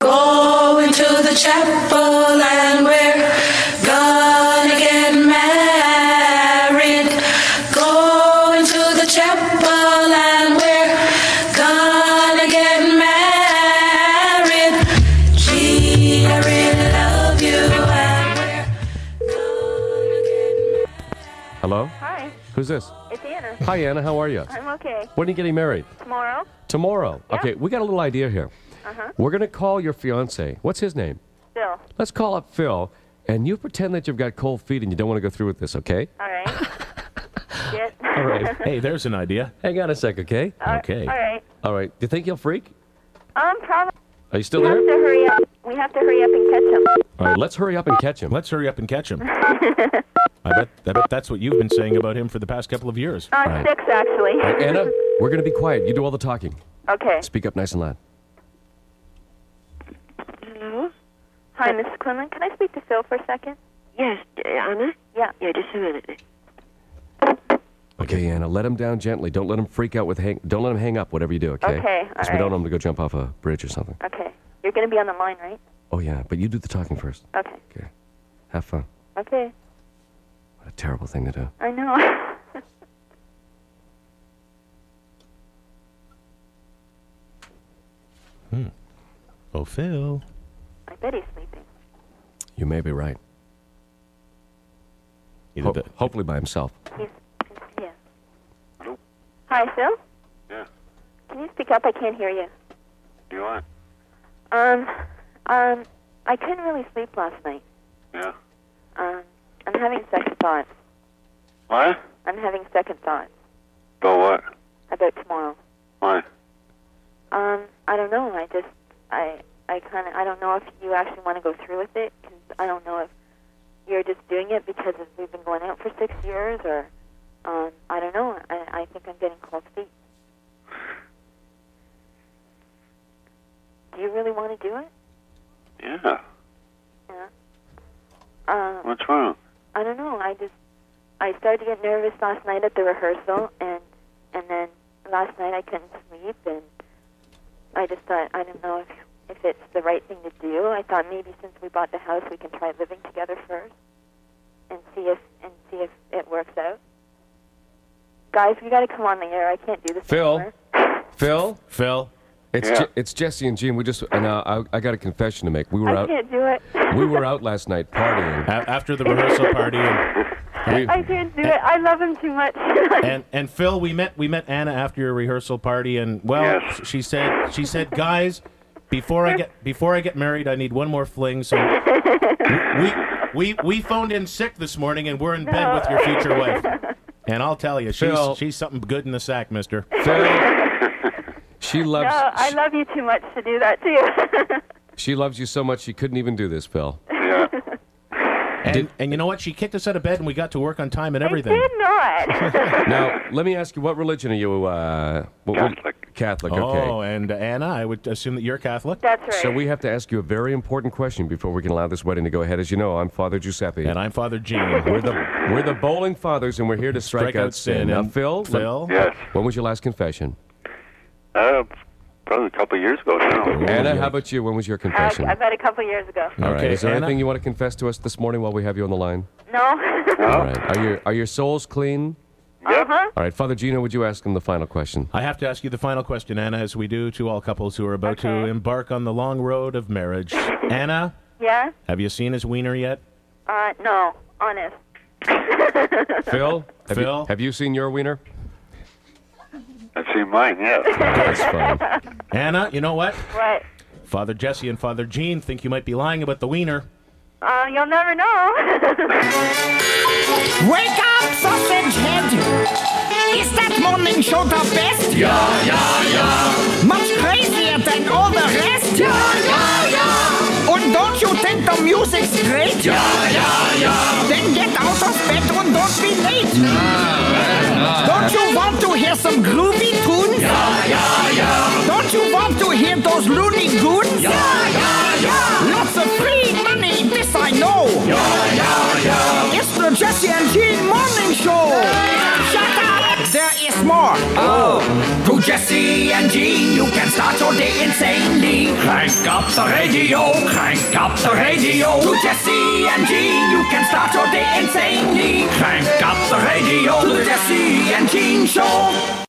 going to the chapel and we're gonna get married. Going to the chapel and we're gonna get married. Gee, I really love you and we're gonna get married. Hello? Hi, Who's this? it's Anna. Hi, Anna. How are you? I'm okay. When are you getting married? Tomorrow, Tomorrow. Okay, we got a little idea here. Uh-huh. We're going to call your fiance. What's his name? Bill. Let's call up Phil, and you pretend that you've got cold feet and you don't want to go through with this, okay? All right. yes. All right. Hey, there's an idea. Hang on a sec, okay? Okay. All right. All right. Do you think he'll freak? Um, probably Are you still we have there? to hurry up. We have to hurry up and catch him. All right, let's hurry up and catch him. Let's hurry up and catch him. I bet, I bet that's what you've been saying about him for the past couple of years. Uh, right. six actually. Anna, we're going to be quiet. You do all the talking. Okay. Speak up nice and loud. Hi, Mrs. Quinlan. Can I speak to Phil for a second? Yes, uh, Anna? Yeah. Yeah, just a minute. Okay, Anna, let him down gently. Don't let him freak out with hang. Don't let him hang up. Whatever you do, okay? Okay, all Because we right. Uh, don't want him to go jump off a bridge or something. Okay. You're gonna be on the line, right? Oh yeah, but you do the talking first. Okay. Okay. Have fun. Okay. What a terrible thing to do. I know. Oh, Phil. I bet he's sleeping. You may be right. Either Ho- that- hopefully by himself. He's yeah. Hi, Phil. Yeah. Can you speak up? I can't hear you. You on? Um, um, I couldn't really sleep last night. Yeah. Um, I'm having second thoughts. What? I'm having second thoughts About what? about tomorrow. Why? Um, I don't know. I just, I, I kind of, I don't know if you actually want to go through with it because I don't know if you're just doing it because of, we've been going out for six years or, um, I don't know. I, I think I'm getting cold feet. Do you really want to do it? Yeah. Yeah. Um, What's wrong? I don't know. I just I started to get nervous last night at the rehearsal, and and then last night I couldn't sleep, and I just thought I don't know if if it's the right thing to do. I thought maybe since we bought the house, we can try living together first, and see if and see if it works out. Guys, we got to come on the air. I can't do this. Phil? anymore. Phil, Phil. it's Yeah. Je- it's Jesse and Gene. We just and uh, I, I got a confession to make. We were I out. can't do it. We were out last night partying. A- after the rehearsal party, and, We, I can't do it. I love him too much. and and Phil, we met we met Anna after your rehearsal party, and well, Yes. she said she said, guys, before I get before I get married, I need one more fling. So we we we phoned in sick this morning, and we're in bed with your future wife. And I'll tell you, she's Phil. she's something good in the sack, Mister. Phil, she loves. no, I love you too much to do that to you. She loves you so much she couldn't even do this, Phil. Yeah. And, and you know what? She kicked us out of bed, and we got to work on time and everything. I did not. Now, let me ask you, what religion are you? Uh, what- what- Catholic. Catholic. Okay. Oh, and uh, Anna, I would assume that you're Catholic. That's right. So we have to ask you a very important question before we can allow this wedding to go ahead. As you know, I'm Father Giuseppe. And I'm Father Gene. we're the we're the bowling fathers, and we're here to strike, Strike out sin. Now, And Phil. let- Phil? Yes. When was your last confession? Uh, probably a couple of years ago now. Anna, how about you? When was your Uh, confession? about a couple years ago. All right. Okay, Is there Anna? anything you want to confess to us this morning while we have you on the line? No. Uh-huh. All right. Are your are your souls clean? Yep. All right, Father Gino, would you ask him the final question? I have to ask you the final question, Anna, as we do to all couples who are about to Okay. embark on the long road of marriage. Anna, yeah. have you seen his wiener yet? Uh, no. Honest. Phil, have Phil? you, have you seen your wiener? I've seen mine, yeah. That's fine. Anna, you know what? What? Father Jesse and Father Gene think you might be lying about the wiener. Uh, you'll never know. Wake up, sausage head! Is that morning show the best? Yeah, yeah, yeah. Much crazier than all the rest? Yeah, yeah, yeah. And don't you think the music's great? Yeah, yeah, yeah. Then get out of bed and don't be late. Don't you want to hear some groovy tunes? Yeah, yeah, yeah. Don't you want to hear those loony goons? Yeah, yeah, yeah. Lots of free money, this I know. It's the Jesse and Gene Morning Show. Shut up! There is more. Oh. To Jesse and G. You can start your day insanely. Crank up the radio, crank up the radio. To Jesse and G. You can start your day insanely. Crank up the radio. To the Jesse and Gene Show.